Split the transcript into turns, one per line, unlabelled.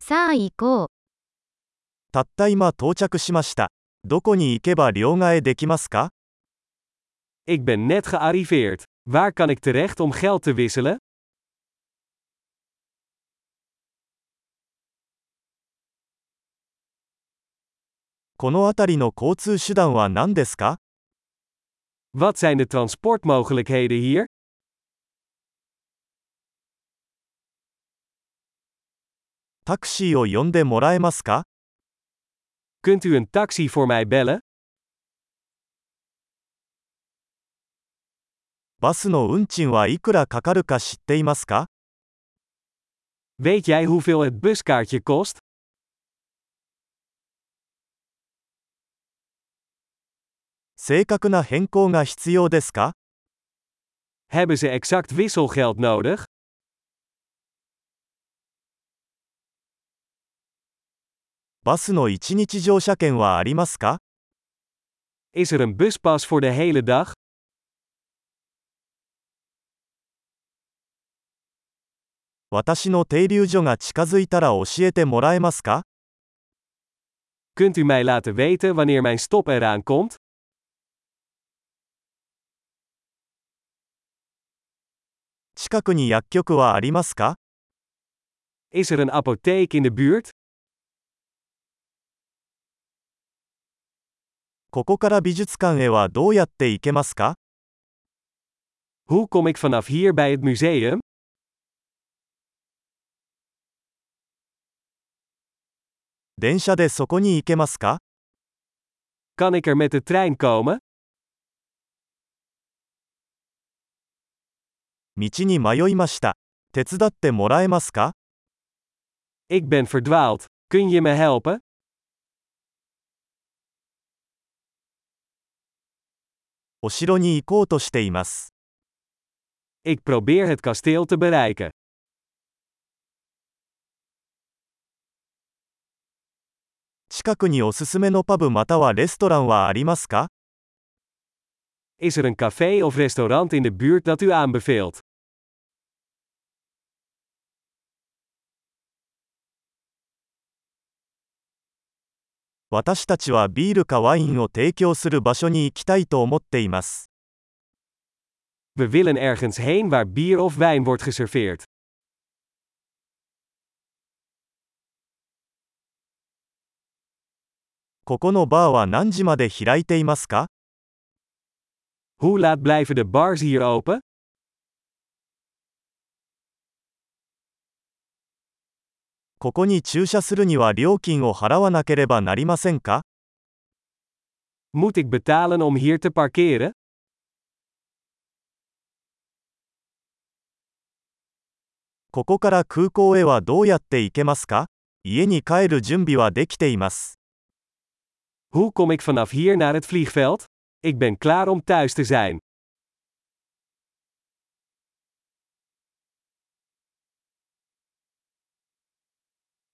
さあ行こう。
たった今到着しました。どこに行けば両替できますか
Ik ben net gearriveerd. Waar kan ik terecht om geld te wisselen?
この辺りの交通手段は何ですか
Wat zijn de transportmogelijkheden hier?
タクシーを呼んでもらえますか
Kunt u een taxi voor mij bellen?
バスの運賃はいくらかかるか知っていますか
Weet jij hoeveel het buskaartje kost?
正確な変更が必要ですか
Hebben ze exact wisselgeld nodig?
バスの1日乗車券はありますか
Is er een buspas voor de hele dag?
私の停留所が近づいたら教えてもらえますか
Kunt u mij laten weten wanneer mijn stop eraan komt?
近くに薬局はありますか
Is er een apotheek in de buurt?
ここから美術館へはどうやって行けますか
Hoe kom ik vanaf hier bij het museum?
電車でそこに行けますか
Kan ik er met de trein komen?
道に迷いました。手伝ってもらえますか
Ik ben verdwaald. Kun je me helpen?
お城に行こうとしています。
Ik probeer het kasteel te bereiken.
近くにおすすめのパブまたはレストランはありますか
Is er een café of restaurant in de buurt dat u aanbeveelt?
私たちはビールかワインを提供する場所に行きたいと思っています。
We willen ergens heen waar bier of wijn wordt geserveerd.
ここのバーは何時まで開いていますか
Hoe laat blijven de bars hier open?
ここに駐車するには料金を払わなければなりませんか
Moet ik betalen om hier te parkeren?
ここから空港へはどうやって行けますか家に帰る準備はできています。
Hoe kom ik vanaf hier naar het vliegveld? Ik ben klaar om thuis te zijn.